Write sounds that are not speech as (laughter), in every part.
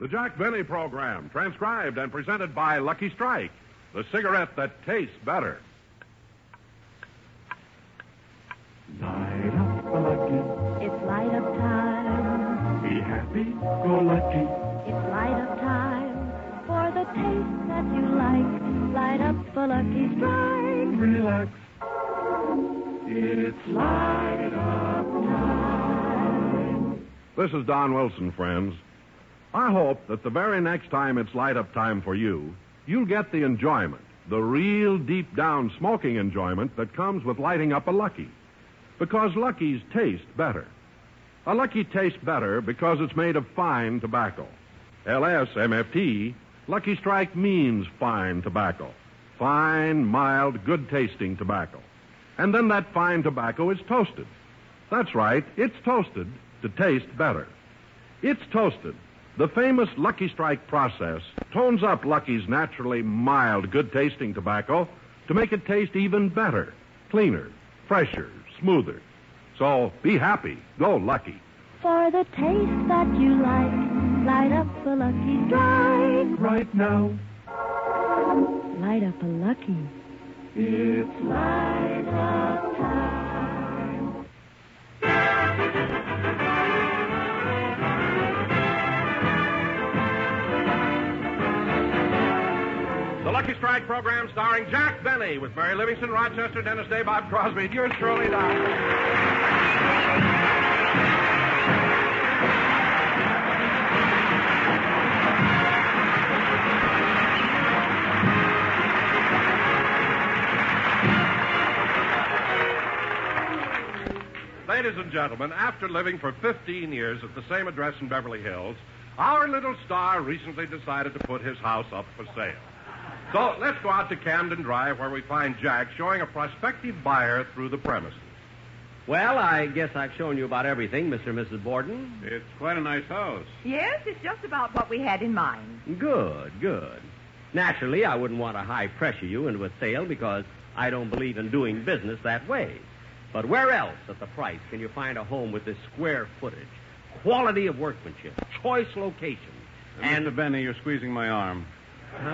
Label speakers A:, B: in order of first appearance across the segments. A: The Jack Benny program, transcribed and presented by Lucky Strike, the cigarette that tastes better.
B: Light up the lucky,
C: It's light up time.
B: be happy, go lucky.
C: It's light up time for the taste that you like. Light up the Lucky Strike.
B: Relax. It's light up.
A: This is Don Wilson, friends. I hope that the very next time it's light up time for you, you'll get the enjoyment, the real deep down smoking enjoyment that comes with lighting up a Lucky. Because Luckies taste better. A Lucky tastes better because it's made of fine tobacco. LSMFT, Lucky Strike means fine tobacco. Fine, mild, good tasting tobacco. And then that fine tobacco is toasted. That's right, it's toasted to taste better. It's toasted. The famous Lucky Strike process tones up Lucky's naturally mild, good tasting tobacco to make it taste even better, cleaner, fresher, smoother. So be happy. Go Lucky.
C: For the taste that you like. Light up the Lucky Strike.
B: Right now,
C: Light up a Lucky.
B: it's
C: Light up time.
A: The Lucky Strike program starring Jack Benny with Mary Livingston, Rochester, Dennis Day, Bob Crosby, and yours truly, Don. Ladies and gentlemen, after living for 15 years at the same address in Beverly Hills, our little star recently decided to put his house up for sale. So let's go out to Camden Drive where we find Jack showing a prospective buyer through the premises.
D: Well, I guess I've shown you about everything, Mr. and Mrs. Borden.
A: It's quite a nice house.
E: Yes, it's just about what we had in mind.
D: Good, good. Naturally, I wouldn't want to high pressure you into a sale because I don't believe in doing business that way. But where else at the price can you find a home with this square footage, quality of workmanship, choice location, and
F: Mr. Benny, you're squeezing my arm.
D: Oh,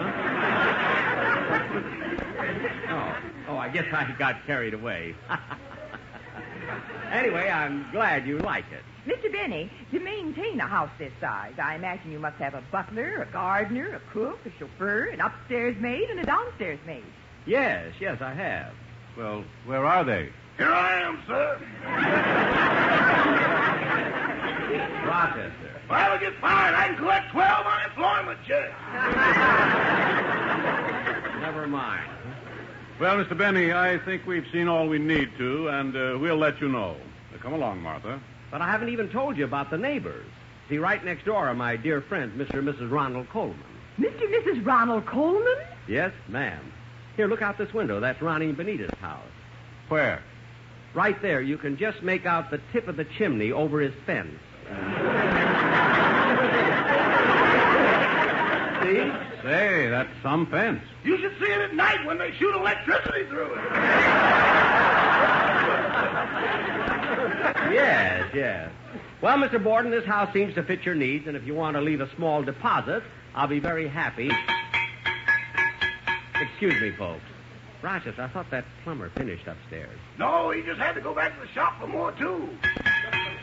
D: oh, I guess I got carried away. (laughs) anyway, I'm glad you like it.
E: Mr. Benny, to maintain a house this size, I imagine you must have a butler, a gardener, a cook, a chauffeur, an upstairs maid, and a downstairs
G: (laughs)
E: maid.
D: Yes, yes, I have.
F: Well, where are they?
A: Here I am, sir.
D: Rochester.
A: Well, get fired. I can collect 12 unemployment checks.
D: Never mind.
F: Well, Mr. Benny, I think we've seen all we need to, and uh, we'll let you know. Uh, come along, Martha.
D: But I haven't even told you about the neighbors. See, right next door are my dear friend, Mr. and Mrs. Ronald Coleman.
E: Mr. and Mrs. Ronald Coleman?
D: Yes, ma'am. Here, look out this window. That's Ronnie and Benita's house.
F: Where?
D: Right there, you can just make out the tip of the chimney over his
A: (laughs)
D: fence. See?
F: Say, that's some fence.
A: You should see it at night when they shoot electricity through it.
D: Yes, yes. Well, Mr. Borden, this house seems to fit your needs, and if you want to leave a small deposit, I'll be very happy. Excuse me, folks. Rochester, I thought that plumber finished upstairs.
A: No, he just had to go back to the shop for more, too.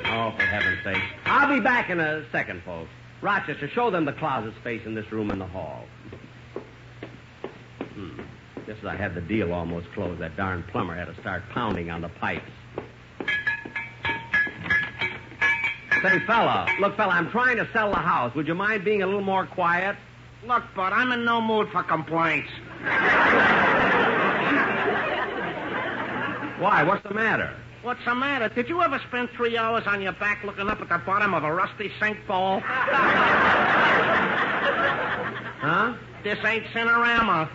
D: Oh, for heaven's sake. I'll be back in a second, folks. Rochester, show them the closet space in this room in the hall. Hmm. Just as I had the deal almost closed, that darn plumber had to start pounding on the pipes. Say, fella, look, fella, I'm trying to sell the house. Would you mind being a little more quiet?
H: Look, Bud, I'm in no mood for complaints.
D: Why, what's the matter?
H: What's the matter? Did you ever spend three hours on your back looking up at the bottom of a rusty sink bowl?
D: (laughs) Huh?
H: This ain't Cinerama.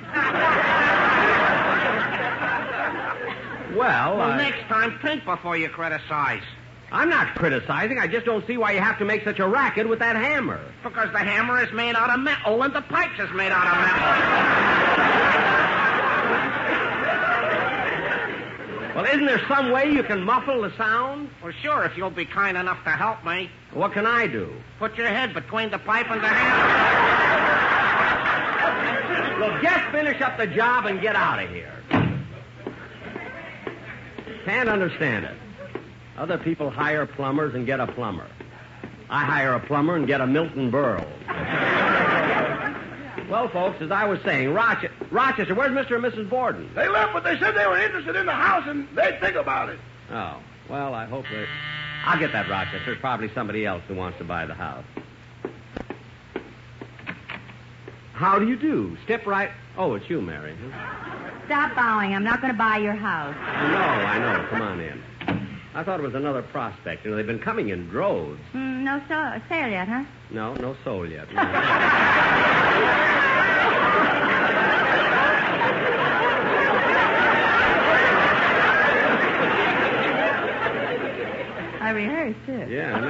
I: Oh,
D: Well,
H: Well,
D: I-
H: next time, think before you criticize.
D: I'm not criticizing. I just don't see why you have to make such a racket with that hammer.
H: Because the hammer is made out of metal and the pipes is made out of metal.
D: Well, isn't there some way you can muffle the sound?
H: Well, sure, if you'll be kind enough to help me.
D: What can I do?
H: Put your head between the pipe and the handle.
D: Look, just finish up the job and get out of here. Can't understand it. Other people hire plumbers and get a plumber. I hire a plumber and get a Milton Berle. well, folks, as I was saying, Rochester, Rochester, where's Mr. and Mrs. Borden?
J: They left, but they said they were interested in the house and they'd think about it.
D: Oh, well, I hope they. I'll get that, Rochester. It's probably somebody else who wants to buy the house. How do you do? Step right. Oh, it's you, Mary. huh?
G: Stop bowing. I'm not going to buy your house.
D: No, I know. Come on in. I thought it was another prospect. You know, they've been coming in droves.
G: Hmm, no so- sale yet, huh?
D: No, no soul yet.
G: I rehearsed, too.
D: Yeah,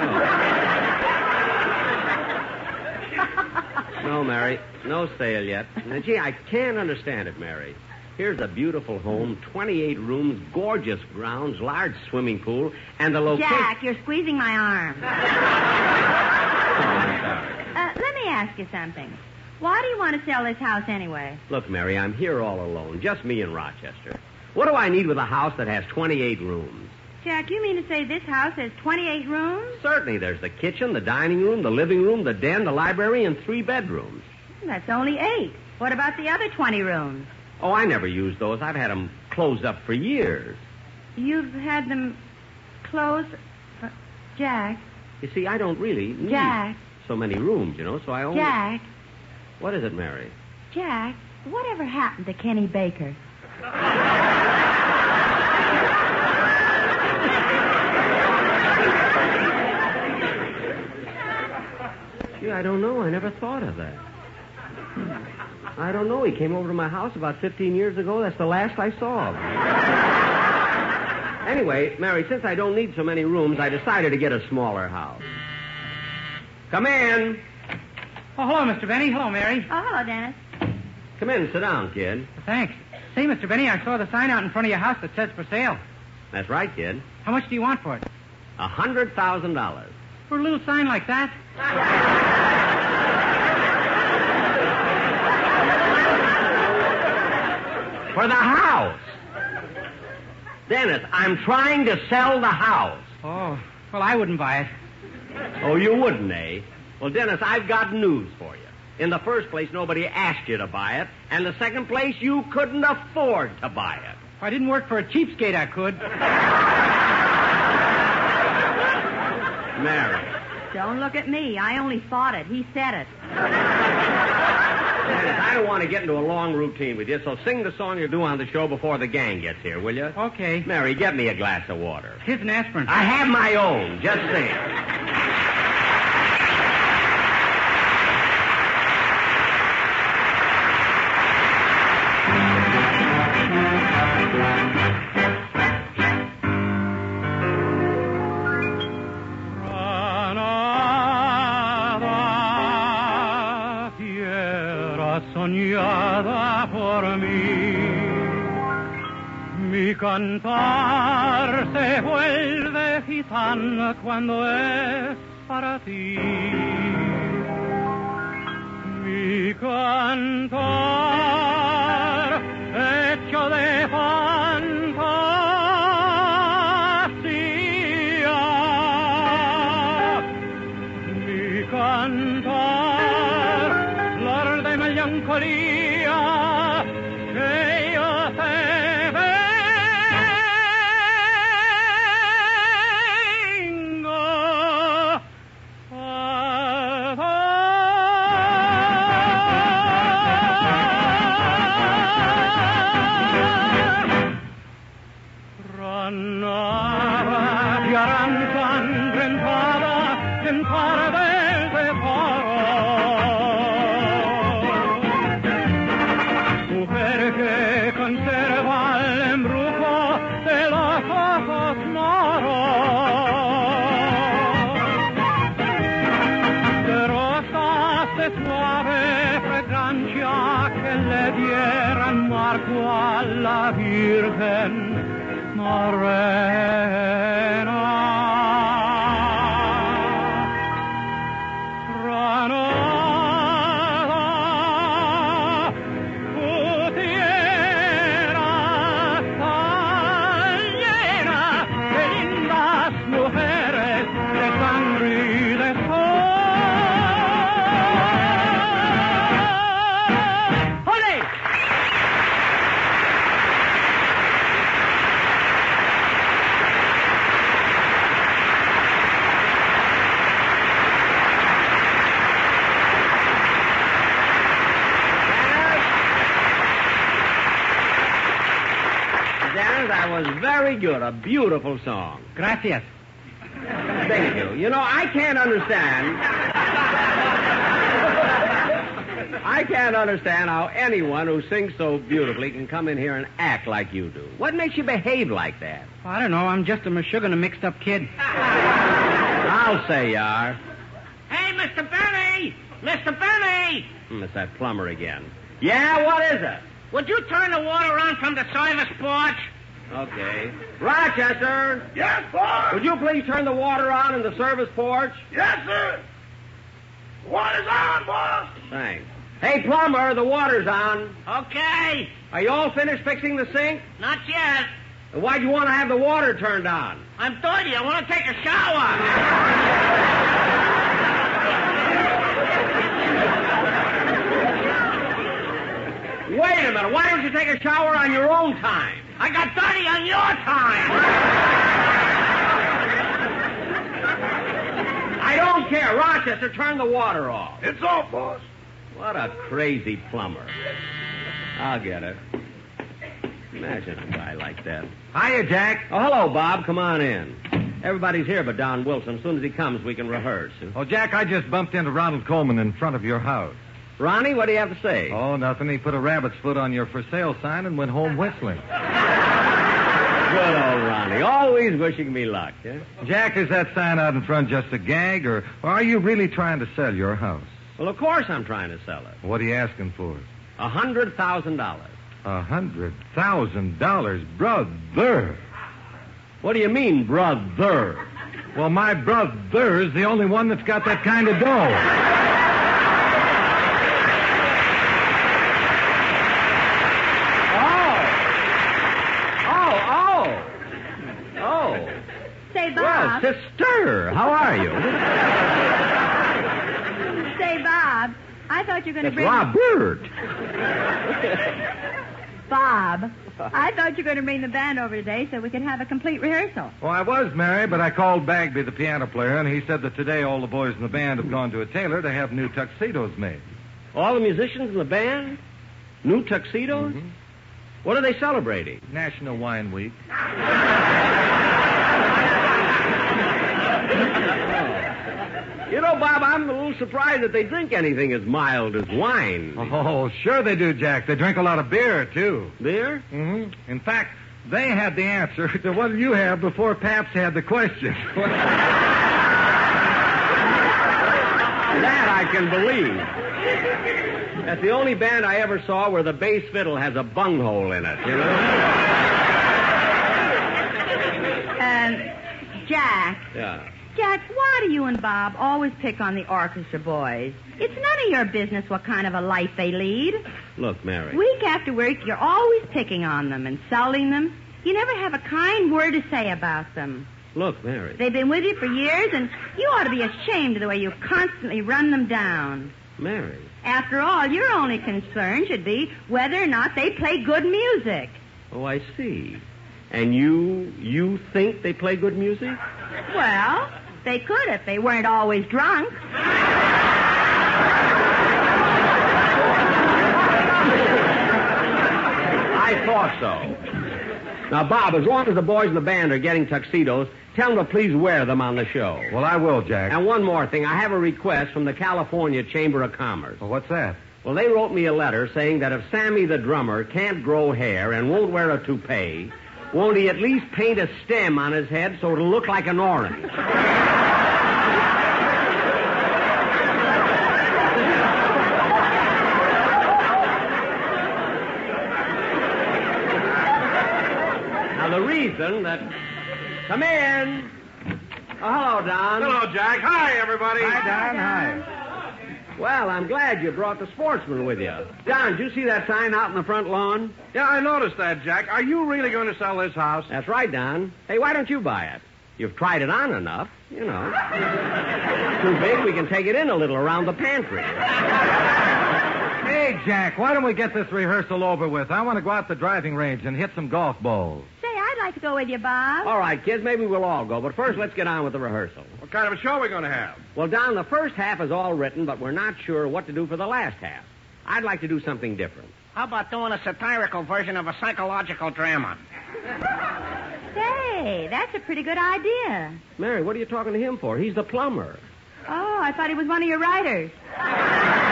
D: no. no, Mary. No sale yet. Now, gee, I can't understand it, Mary. Here's a beautiful home, 28 rooms, gorgeous grounds, large swimming pool, and the location.
G: Jack, you're squeezing my arm.
D: Oh, I'm sorry.
G: Uh, let me ask you something. Why do you want to sell this house anyway?
D: Look, Mary, I'm here all alone, just me and Rochester. What do I need with a house that has 28 rooms?
G: Jack, you mean to say this house has 28 rooms?
D: Certainly, there's the kitchen, the dining room, the living room, the den, the library, and three bedrooms.
G: That's only eight. What about the other 20 rooms?
D: Oh, I never used those. I've had them closed up for years.
G: You've had them closed. for- Jack,
D: You see, I don't really need
G: Jack.
D: so many rooms, you know, so I only.
G: Jack,
D: What is it, Mary?
G: Jack, whatever happened to Kenny Baker?
D: Gee, I don't know. I never thought of that. I don't know. He came over to my house about 15 years ago. That's the last I saw of him. anyway, Mary, since I don't need so many rooms, I decided to get a smaller house. Come in.
I: Oh, hello, Mr. Benny. Hello, Mary.
G: Oh, hello, Dennis.
D: Come in and sit down, kid.
I: Thanks. Say, Mr. Benny, I saw the sign out in front of your house that says for sale.
D: That's right, kid.
I: How much do you want for it?
D: A $100,000.
I: For a little sign like that?
D: For the house. Dennis, I'm trying to sell the house.
I: Oh, well, I wouldn't buy it.
D: Oh, you wouldn't, eh? Well, Dennis, I've got news for you. In the first place, nobody asked you to buy it, and the second place, you couldn't afford to buy it.
I: If I didn't work for a cheapskate, I could.
D: Mary.
G: Don't look at me. I only thought it. He said it.
D: Dennis, I don't want to get into a long routine with you, so sing the song you do on the show before the gang gets here, will you?
I: Okay.
D: Mary, get me a glass of water.
I: Here's an aspirin.
D: I have my own. Just sing.
F: Granada, tierra soñada por mí. Mi cantar se vuelve gitana cuando es para ti. Mi cantar hecho de fantasía mi cantar, flor de melancolía, que yo te vengo a dar. Ranada te harán sangre entrada en par del faro. Mujer que conserva el embrujo de los ojos moros. De rosas de suave fragancia que le dieran marco a la Virgen.
D: Dennis, that was very good. A beautiful song.
I: Gracias.
D: Thank you. You know, I can't understand. I can't understand how anyone who sings so beautifully can come in here and act like you do. What makes you behave like that?
I: I don't know. I'm just a Meshuggah and a mixed up kid.
D: I'll say you are.
H: Hey, Mr. Benny! Mr. Benny!
D: Hmm, it's that plumber again. Yeah, what is it?
H: Would you turn the water on from the service porch?
D: Okay. Rochester,
J: Yes, boss.
D: would you please turn the water on in the service porch?
J: Yes, sir. Water's on, boss.
D: Thanks. Hey, plumber, the water's on.
H: Okay.
D: Are you all finished fixing the sink?
H: Not yet.
D: Why'd you want to have the water turned on?
H: I'm dirty. I want to take a shower.
D: Wait a minute. Why don't you take a shower on your own time?
H: I got dirty on your time.
D: I don't care. Rochester, turn the water off.
J: It's on, boss.
D: What a crazy plumber. I'll get it. Imagine a guy like that. Hiya, Jack. Oh, hello, Bob. Come on in. Everybody's here but Don Wilson. As soon as he comes, we can rehearse.
K: Oh, Jack, I just bumped into Ronald Coleman in front of your house.
D: Ronnie, what do you have to say?
K: Oh, nothing. He put a rabbit's foot on your for sale sign and went home whistling.
D: Good old Ronnie. Always wishing me luck. eh?
K: Jack, is that sign out in front just a gag, or, or are you really trying to sell your house?
D: Well, of course I'm trying to sell it.
K: What are you asking for?
D: A hundred thousand dollars.
K: A hundred thousand dollars, brother.
D: What do you mean, brother?
K: Well, my brother's the only one that's got that kind of dough.
D: Oh, oh, oh.
G: Say,
D: Well,
G: Bob.
D: sister, how are you?
G: Say, Bob. I thought you were going to
D: It's
G: bring.
D: Robert.
G: Bob. I thought you were going to bring the band over today so we could have a complete rehearsal.
K: Well, I was, Mary, but I called Bagby, the piano player, and he said that today all the boys in the band have gone to a tailor to have new tuxedos made.
D: All the musicians in the band? New tuxedos?
K: Mm-hmm.
D: What are they celebrating?
K: National Wine Week.
D: You know, Bob, I'm a little surprised that they drink anything as mild as wine.
K: Oh, sure they do, Jack. They drink a lot of beer, too.
D: Beer?
H: Mm-hmm.
K: hmm In fact, they had the answer to what you have before Paps had the question.
D: That I can believe. That's the only band I ever saw where the bass fiddle has a bunghole in it, you know?
G: Um, Jack.
D: Yeah.
G: Jack, why do you and Bob always pick on the orchestra boys? It's none of your business what kind of a life they lead.
D: Look, Mary.
G: Week after week, you're always picking on them, insulting them. You never have a kind word to say about them.
D: Look, Mary.
G: They've been with you for years, and you ought to be ashamed of the way you constantly run them down.
D: Mary.
G: After all, your only concern should be whether or not they play good music.
D: Oh, I see. And you you think they play good music?
G: Well, they could if they weren't always drunk.
D: I thought so. Now, Bob, as long as the boys in the band are getting tuxedos, tell them to please wear them on the show.
K: well, I will, Jack.
D: And one more thing, I have a request from the California Chamber of Commerce.
K: Well, what's that?
D: Well, they wrote me a letter saying that if Sammy the drummer can't grow hair and won't wear a toupee, won't he at least paint a stem on his head so it'll look like an orange? Now, the reason reason that. Come in. Oh, hello, Don.
F: Hello, Jack. Hi, everybody.
D: Hi, Don. Hi. Well, I'm glad you brought the sportsman with you. Don, did you see that sign out in the front lawn?
F: Yeah, I noticed that, Jack. Are you really going to sell this house?
D: That's right, Don. Hey, why don't you buy it? You've tried it on enough, you know. Too big, we can take it in a little around the pantry.
K: Hey, Jack, why don't we get this rehearsal over with? I want to go out to the driving range and hit some golf balls.
G: Say, I'd like to go with you, Bob.
D: All right, kids, maybe we'll all go, but first let's get on with the rehearsal.
F: What kind of a show are we going to have?
D: Well, Don, the first half is all written, but we're not sure what to do for the last half. I'd like to do something different.
H: How about doing a satirical version of a psychological drama?
G: Say, that's a pretty good idea.
D: Mary, what are you talking to him for? He's the plumber.
G: Oh, I thought he was one of your writers.
D: Now,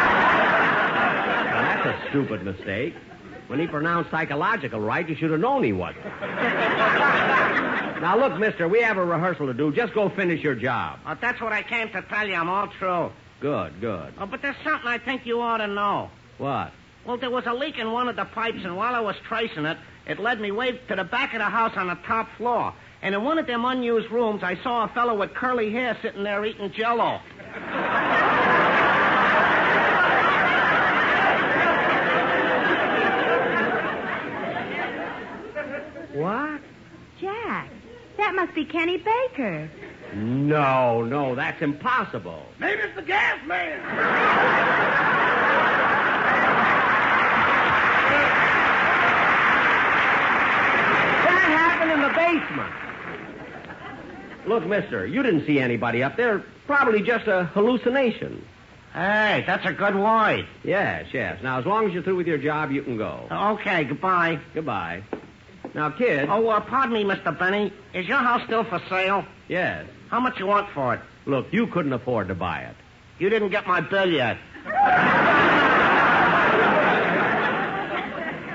D: that's a stupid mistake. When he pronounced psychological right, you should have known he wasn't. now, look, mister, we have a rehearsal to do. Just go finish your job.
H: Oh, that's what I came to tell you. I'm all true.
D: Good, good.
H: Oh, but there's something I think you ought to know.
D: What?
H: Well, there was a leak in one of the pipes, and while I was tracing it, it led me way to the back of the house on the top floor. And in one of them unused rooms, I saw a fellow with curly hair sitting there eating jello.
D: What?
G: Jack, that must be Kenny Baker.
D: No, no, that's impossible.
J: Maybe it's the gas man.
D: That happened in the basement. Look, mister, you didn't see anybody up there. Probably just a hallucination.
H: Hey, that's a good word.
D: Yes, yes. Now, as long as you're through with your job, you can go.
H: Okay, goodbye.
D: Goodbye. Now, kid.
H: Oh, uh, pardon me, Mr. Benny. Is your house still for sale?
D: Yes.
H: How much you want for it?
D: Look, you couldn't afford to buy it.
H: You didn't get my bill yet.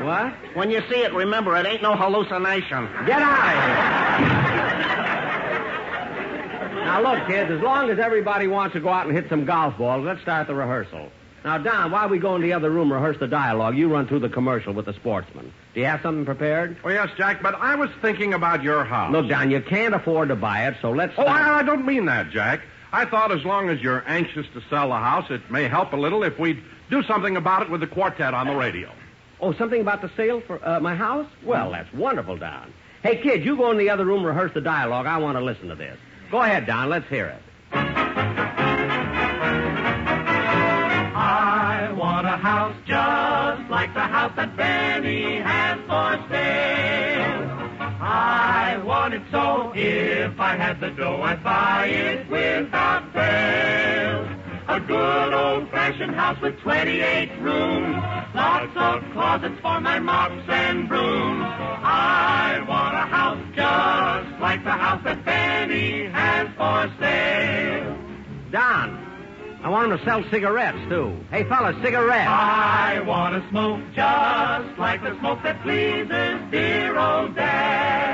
D: What?
H: When you see it, remember it ain't no hallucination.
D: Get out of here. now, look, kids, as long as everybody wants to go out and hit some golf balls, let's start the rehearsal. Now, Don, while we go in the other room, rehearse the dialogue, you run through the commercial with the sportsman. Do you have something prepared?
F: Oh, yes, Jack, but I was thinking about your house.
D: Look, Don, you can't afford to buy it, so let's.
F: Oh,
D: start-
F: I, I don't mean that, Jack. I thought as long as you're anxious to sell the house, it may help a little if we do something about it with the quartet on the radio.
D: Oh, something about the sale for uh, my house? Well, that's wonderful, Don. Hey, kid, you go in the other room, rehearse the dialogue. I want to listen to this. Go ahead, Don. Let's hear it.
B: I want a house just like the house that Benny has for sale. I want it so if I had the dough, I'd buy it without fail. A good old-fashioned house with 28 rooms, lots of closets for my mops and brooms. I want a house just like the house that Benny has for sale.
D: Don, I want him to sell cigarettes, too. Hey, fellas, cigarettes.
B: I want to smoke just like the smoke that pleases dear old dad.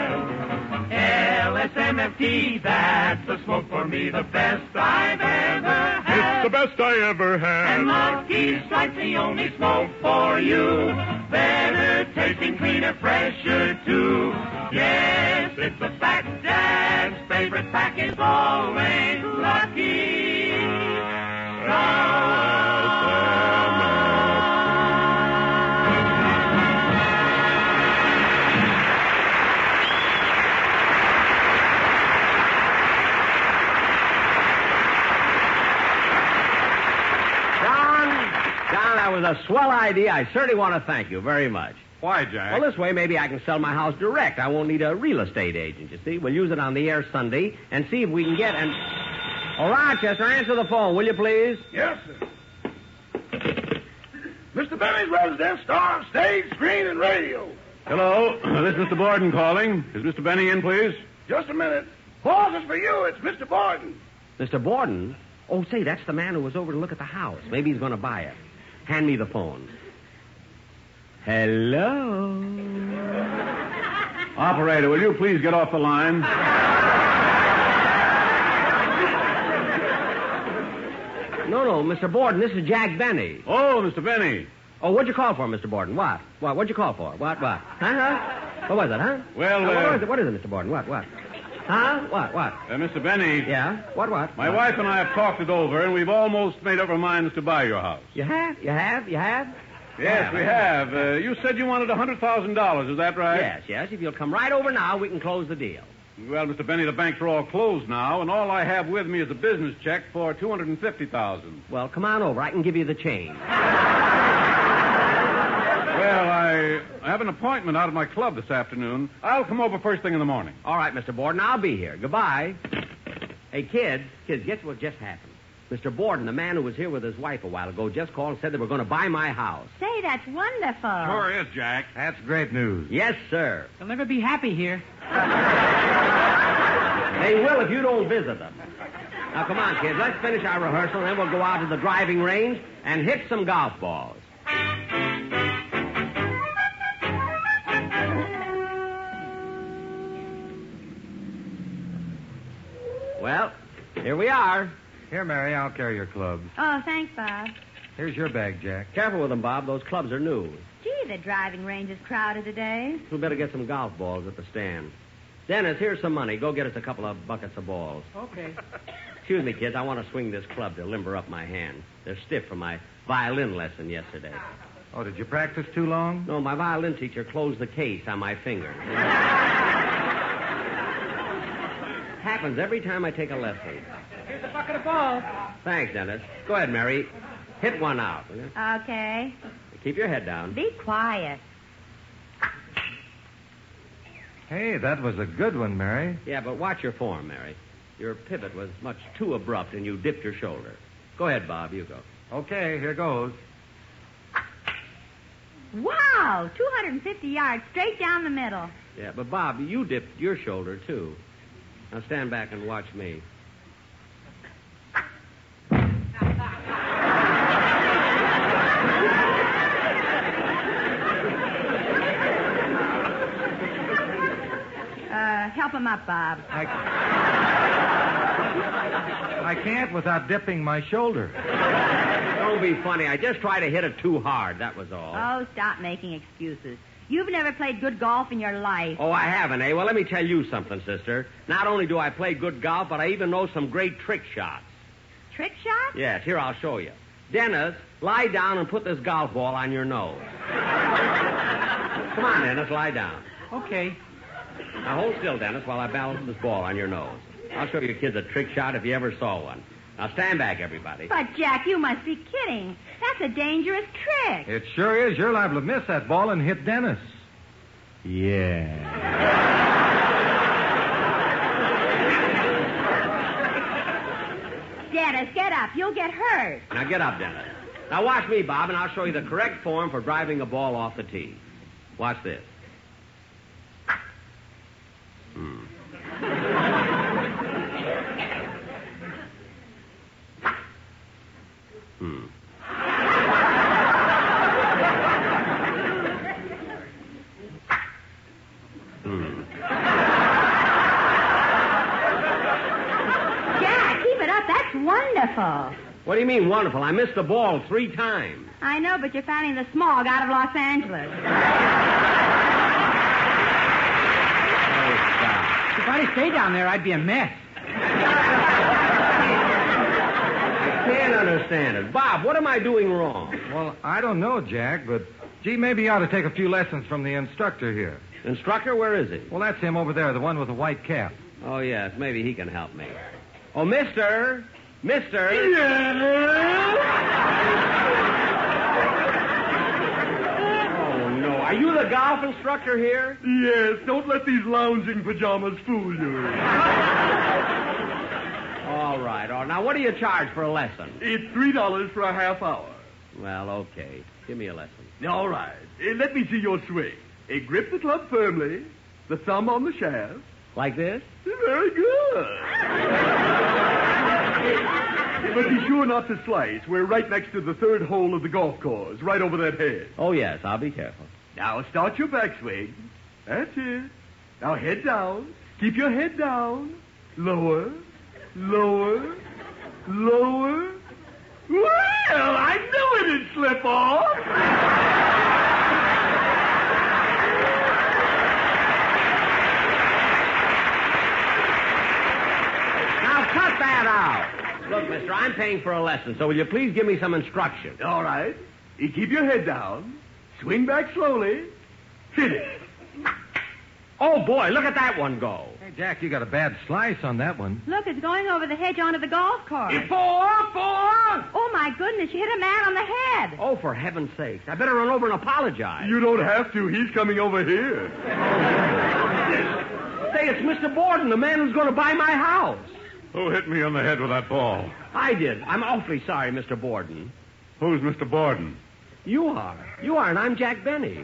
B: LSMFT, that's the smoke for me, the best I've ever had.
F: best I ever
B: And Lucky Strike's the only smoke for you. Better tasting, cleaner, fresher too. Yes, it's a fact. Dad's favorite pack is always Lucky.
D: Don, Don, that was a swell idea. I certainly want to thank you very much.
F: Why, Jack?
D: Well, this way, maybe I can sell my house direct. I won't need a real estate agent, you see. We'll use it on the air Sunday and see if we can get an. Oh, Rochester, answer the phone, will you, please?
J: Yes, sir. Mr. Benny's residence star of stage, screen, and radio.
F: Hello, (clears throat) this is Mr. Borden calling. Is Mr. Benny in, please?
J: Just a minute. Horses for you. It's Mr. Borden.
D: Mr. Borden? Oh, say, that's the man who was over to look at the house. Maybe he's going to buy it. Hand me the phone. Hello?
F: Operator, will you please get off the line?
D: No, no, Mr. Borden, this is Jack Benny.
F: Oh, Mr. Benny.
D: Oh, what'd you call for, Mr. Borden? What? What? What'd you call for? What? What? Huh? huh? What was it, huh?
F: Well,
D: Uh,
F: uh,
D: what, was it? what is it, Mr. Borden? What, what? Huh? What, what?
F: Uh, Mr. Benny.
D: Yeah? What, what?
F: My
D: What?
F: wife and I have talked it over, and we've almost made up our minds to buy your house.
D: You have? You have? You have?
F: Yes, we have. Uh, you said you wanted a $100,000, is that right?
D: Yes, yes. If you'll come right over now, we can close the deal.
F: Well, Mr. Benny, the banks are all closed now, and all I have with me is a business check for 250000
D: Well, come on over. I can give you the change.
F: Well, I, I have an appointment out at my club this afternoon. I'll come over first thing in the morning.
D: All right, Mr. Borden, I'll be here. Goodbye. Hey, kids, kids, guess what just happened? Mr. Borden, the man who was here with his wife a while ago, just called and said they were going to buy my house.
G: Say, that's wonderful.
F: is, Jack.
K: That's great news.
D: Yes, sir.
I: They'll never be happy here.
D: They will if you don't visit them. Now, come on, kids, let's finish our rehearsal, and then we'll go out to the driving range and hit some golf balls. Well, here we are.
K: Here, Mary, I'll carry your clubs.
G: Oh, thanks, Bob.
K: Here's your bag, Jack.
D: Careful with them, Bob. Those clubs are new.
G: Gee, the driving range is crowded today.
D: We better get some golf balls at the stand. Dennis, here's some money. Go get us a couple of buckets of balls.
I: Okay.
D: Excuse me, kids. I want to swing this club to limber up my hand. They're stiff from my violin lesson yesterday.
K: Oh, did you practice too long?
D: No, my violin teacher closed the case on my finger. Happens every time I take a lesson.
I: Here's a bucket of balls.
D: Thanks, Dennis. Go ahead, Mary. Hit one out. will you?
G: Okay.
D: Keep your head down.
G: Be quiet.
K: Hey, that was a good one, Mary.
D: Yeah, but watch your form, Mary. Your pivot was much too abrupt, and you dipped your shoulder. Go ahead, Bob. You go.
K: Okay, here goes.
G: Wow, 250 yards straight down the middle.
D: Yeah, but Bob, you dipped your shoulder too. Now stand back and watch me.
G: Uh, help him up, Bob.
K: I, I can't without dipping my shoulder.
D: Don't be funny. I just tried to hit it too hard. That was all.
G: Oh, stop making excuses. You've never played good golf in your life.
D: Oh, I haven't, eh? Well, let me tell you something, sister. Not only do I play good golf, but I even know some great trick shots.
G: Trick shot?
D: Yes, here I'll show you. Dennis, lie down and put this golf ball on your nose. Come on, Dennis, lie down.
I: Okay.
D: Now hold still, Dennis, while I balance this ball on your nose. I'll show you kids a trick shot if you ever saw one. Now stand back, everybody.
G: But, Jack, you must be kidding. That's a dangerous trick.
K: It sure is. You're liable to miss that ball and hit Dennis.
D: Yeah.
G: Dennis, get up. You'll get hurt.
D: Now get up, Dennis. Now watch me, Bob, and I'll show you the correct form for driving a ball off the tee. Watch this. Hmm. Hmm. Hmm.
G: Jack, keep it up. That's wonderful.
D: What do you mean wonderful? I missed the ball three times.
G: I know, but you're finding the smog out of Los Angeles.
D: Oh,
I: If I'd have stayed down there, I'd be a mess.
D: I can't understand it. Bob, what am I doing wrong?
K: Well, I don't know, Jack, but gee, maybe you ought to take a few lessons from the instructor here.
D: Instructor, where is he?
K: Well, that's him over there, the one with the white cap.
D: Oh, yes. Maybe he can help me. Oh, mister. Mister. Oh, no. Are you the golf instructor here?
J: Yes, don't let these lounging pajamas fool you.
D: All right. All right. Now, what do you charge for a lesson?
J: It's three dollars for a half hour.
D: Well, okay. Give me a lesson.
J: All right. Eh, let me see your swing. Eh, grip the club firmly, the thumb on the shaft. Eh,
D: Like this?
J: Very good. Eh, but be sure not to slice. We're right next to the third hole of the golf course, right over that head.
D: Oh, yes. I'll be careful.
J: Now start your backswing. That's it. Now head down. Keep your head down. Lower, lower, lower. Well, I knew it'd slip off.
D: Mister, I'm paying for a lesson, so will you please give me some instruction?
J: All right. You Eh, keep your head down. Swing back slowly. Hit it.
D: Oh, boy, look at that one go.
K: Hey, Jack, you got a bad slice on that one.
G: Look, it's going over the hedge onto the golf cart.
D: Four, four!
G: Oh, my goodness, you hit a man on the head.
D: Oh, for heaven's sakes. I better run over and apologize.
J: You don't have to. He's coming over here.
D: Say, it's Mr. Borden, the man who's going to buy my house.
F: Who hit me on the head with that ball?
D: I did. I'm awfully sorry, Mr. Borden.
F: Who's Mr. Borden?
D: You are. You are, and I'm Jack Benny.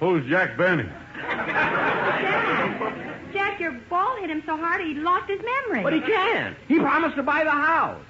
F: Who's Jack Benny?
G: Jack, Jack, your ball hit him so hard he lost his memory.
D: But he can't. He promised to buy the house.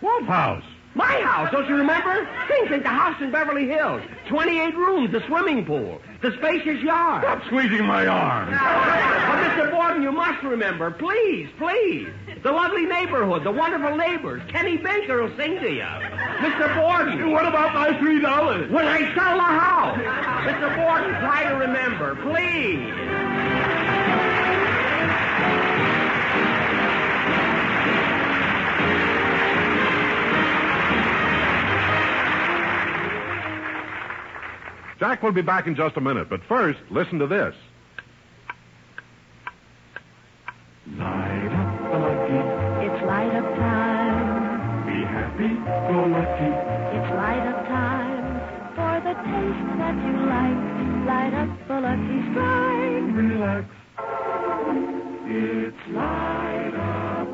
F: What house?
D: My house, don't you remember? Things like the house in Beverly Hills. 28 rooms, the swimming pool, the spacious yard.
F: Stop squeezing my arm.
D: But, Mr. Borden, you must remember, please, please. The lovely neighborhood, the wonderful neighbors. Kenny Baker will sing to you. Mr. Borden.
J: What about my three dollars?
D: When I sell the house. Mr. Borden, try to remember, please.
A: Jack will be back in just a minute, but first, listen to this.
C: Light up the lucky. It's light up time.
J: Be happy, go lucky.
C: It's light up time for the taste that you like. Light up the lucky strike.
J: Relax. It's light up.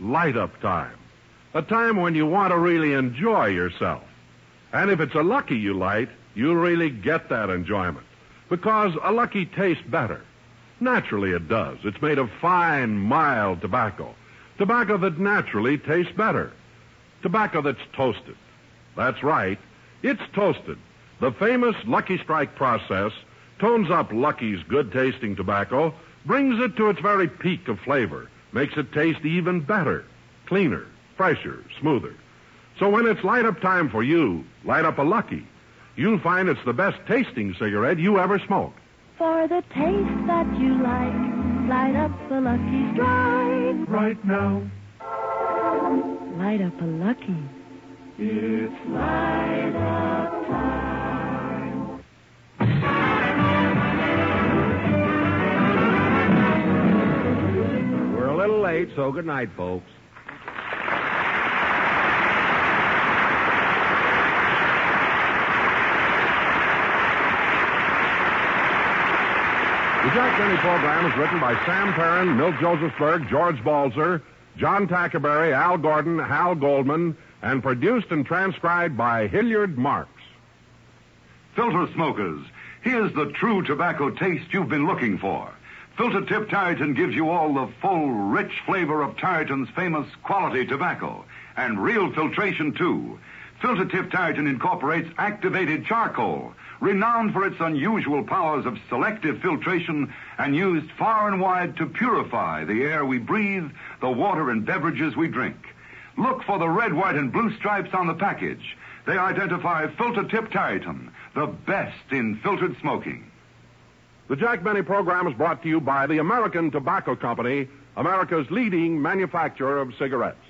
A: light up time. A time when you want to really enjoy yourself. And if it's a lucky you light, you really get that enjoyment. Because a lucky tastes better. Naturally it does. It's made of fine, mild tobacco. Tobacco that naturally tastes better. Tobacco that's toasted. That's right. It's toasted. The famous Lucky Strike process tones up Lucky's good tasting tobacco, brings it to its very peak of flavor, makes it taste even better, cleaner, fresher, smoother. So when it's light up time for you, light up a Lucky. You'll find it's the best tasting cigarette you ever smoked.
C: For the taste that you like. Light up the lucky strike.
J: Right now,
C: Light up a lucky.
J: it's
C: Light up time.
D: We're a little late, so good night, folks.
A: The Jack Benny program is written by Sam Perrin, Milt Josephsberg, George Balzer, John Tackerberry, Al Gordon, Hal Goldman, and produced and transcribed by Hilliard Marks.
L: Filter smokers, here's the true tobacco taste you've been looking for. Filter Tip Tarleton gives you all the full, rich flavor of Tarleton's famous quality tobacco. And real filtration, too. Filter Tip Tarleton incorporates activated charcoal, renowned for its unusual powers of selective filtration and used far and wide to purify the air we breathe, the water and beverages we drink. Look for the red, white, and blue stripes on the package. They identify Filter Tip Tarleton, the best in filtered smoking.
A: The Jack Benny program is brought to you by the American Tobacco Company, America's leading manufacturer of cigarettes.